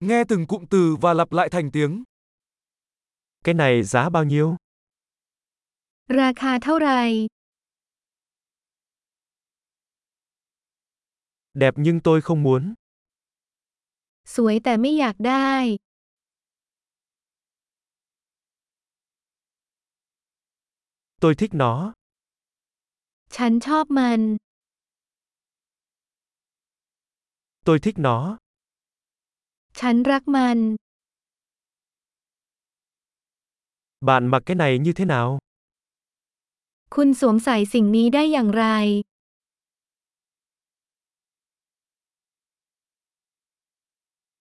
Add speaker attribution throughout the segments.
Speaker 1: Nghe từng cụm từ và lặp lại thành tiếng.
Speaker 2: Cái này giá bao nhiêu?
Speaker 3: ราคาเท่าไหร่
Speaker 2: Đẹp nhưng tôi không muốn.
Speaker 3: สวยแต่ไม่อยากได้
Speaker 2: Tôi thích nó.
Speaker 3: ฉันชอบมัน
Speaker 2: Tôi thích nó.
Speaker 3: ฉันรักมัน
Speaker 2: Bạn mặc cái này như thế nào?
Speaker 3: คุณสวมใส่สิ่งนี้ได้อย่างไร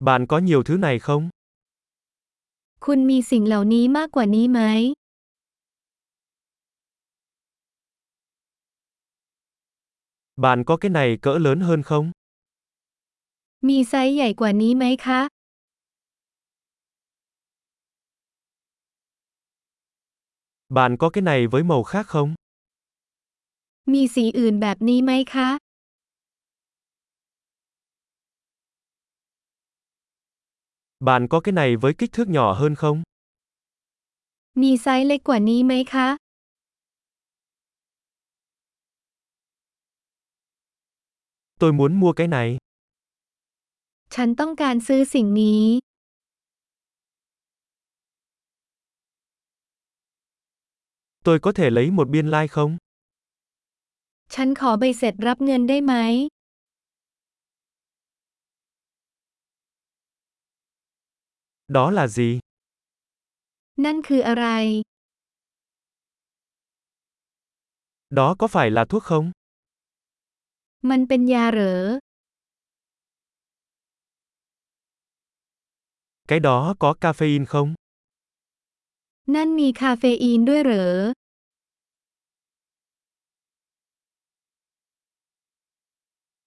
Speaker 2: Bạn có nhiều thứ này không?
Speaker 3: คุณมีสิ่งเหล่านี้มากกว่านี้ไหม
Speaker 2: Bạn có cái này cỡ lớn hơn không?
Speaker 3: มีไซส์ใหญ่กว่านี้ไหมคะ
Speaker 2: Bạn có cái này với màu khác không?
Speaker 3: มีสีอื่นแบบนี้ไหมคะ
Speaker 2: Bạn có cái này với kích thước nhỏ hơn không?
Speaker 3: มีไซส์เล็กกว่านี้ไหมคะ
Speaker 2: Tôi muốn mua cái này.
Speaker 3: ฉันต้องการซื้อสิ่งนี้
Speaker 2: Tôi có thể lấy một biên lai không?
Speaker 3: ฉันขอใบเสร็จรับเงินได้ไหม
Speaker 2: Đó là gì?
Speaker 3: นั่นคืออะไร
Speaker 2: Đó có phải là thuốc không?
Speaker 3: มันเป็นยาเหรอ
Speaker 2: Cái đó có caffeine không?
Speaker 3: นั่นมีคาเฟอีนด้วยเหรอ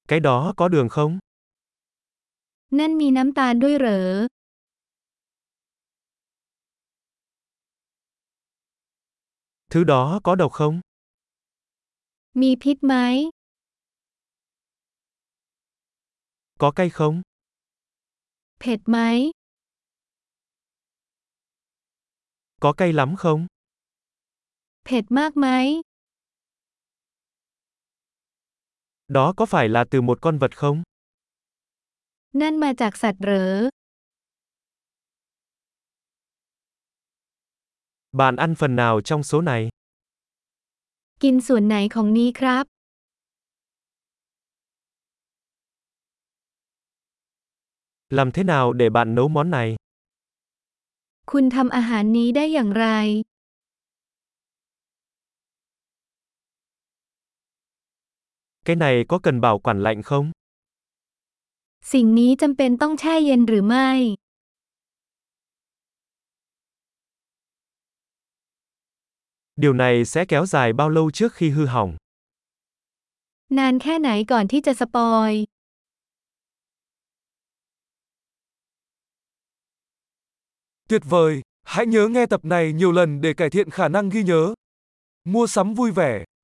Speaker 2: Cái đó có đường không?
Speaker 3: นั่นมีน้ำตาลด้วยเหรอ
Speaker 2: Thứ đó có độc không?
Speaker 3: มีพิษไหม
Speaker 2: Có cay không?
Speaker 3: เผ็ดไหม
Speaker 2: Có cay lắm không?
Speaker 3: เผ็ดมากไหม
Speaker 2: Đó có phải là từ một con vật không?
Speaker 3: นั่นมาจากสัตว์เหรอ
Speaker 2: Bạn ăn phần nào trong số này?
Speaker 3: กินส่วนไหนของนี้ครับ
Speaker 2: Làm thế nào để bạn nấu món này?
Speaker 3: คุณทำอาหารนี้ได้อย่างไร
Speaker 2: Cái này có cần bảo quản lạnh không?
Speaker 3: สิ่งนี้จำเป็นต้องแช่เย็นหรือไม่
Speaker 2: Điều này sẽ kéo dài bao lâu trước khi hư hỏng?
Speaker 3: นานแค่ไหนก่อนที่จะสปอย
Speaker 1: Tuyệt vời! Hãy nhớ nghe tập này nhiều lần để cải thiện khả năng ghi nhớ. Mua sắm vui vẻ!